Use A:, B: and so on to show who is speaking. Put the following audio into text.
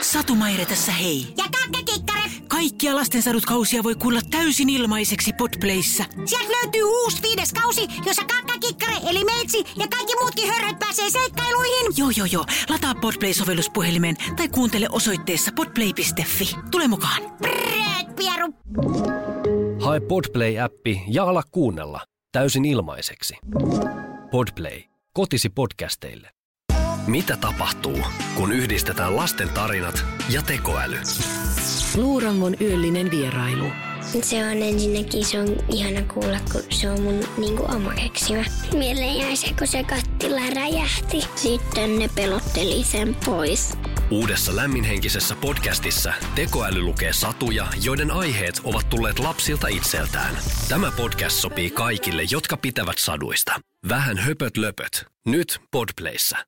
A: Satumaire tässä hei.
B: Ja kakkakikkare,
A: Kaikkia lastensadut-kausia voi kuulla täysin ilmaiseksi Podplayssa.
B: sieltä löytyy uusi viides kausi, jossa kakkakikkare eli meitsi ja kaikki muutkin hörhöt pääsee seikkailuihin.
A: Joo, joo, joo. Lataa Podplay-sovellus puhelimeen tai kuuntele osoitteessa podplay.fi. Tule mukaan.
B: Brrröt, pieru.
C: Hae Podplay-appi ja ala kuunnella täysin ilmaiseksi. Podplay. Kotisi podcasteille. Mitä tapahtuu, kun yhdistetään lasten tarinat ja tekoäly?
D: Luurangon yöllinen vierailu.
E: Se on ensinnäkin, se on ihana kuulla, kun se on mun niin kuin oma keksimä. Mieleen jäi se, kun se kattila räjähti. Sitten ne pelotteli sen pois.
C: Uudessa lämminhenkisessä podcastissa tekoäly lukee satuja, joiden aiheet ovat tulleet lapsilta itseltään. Tämä podcast sopii kaikille, jotka pitävät saduista. Vähän höpöt löpöt. Nyt Podplayssä.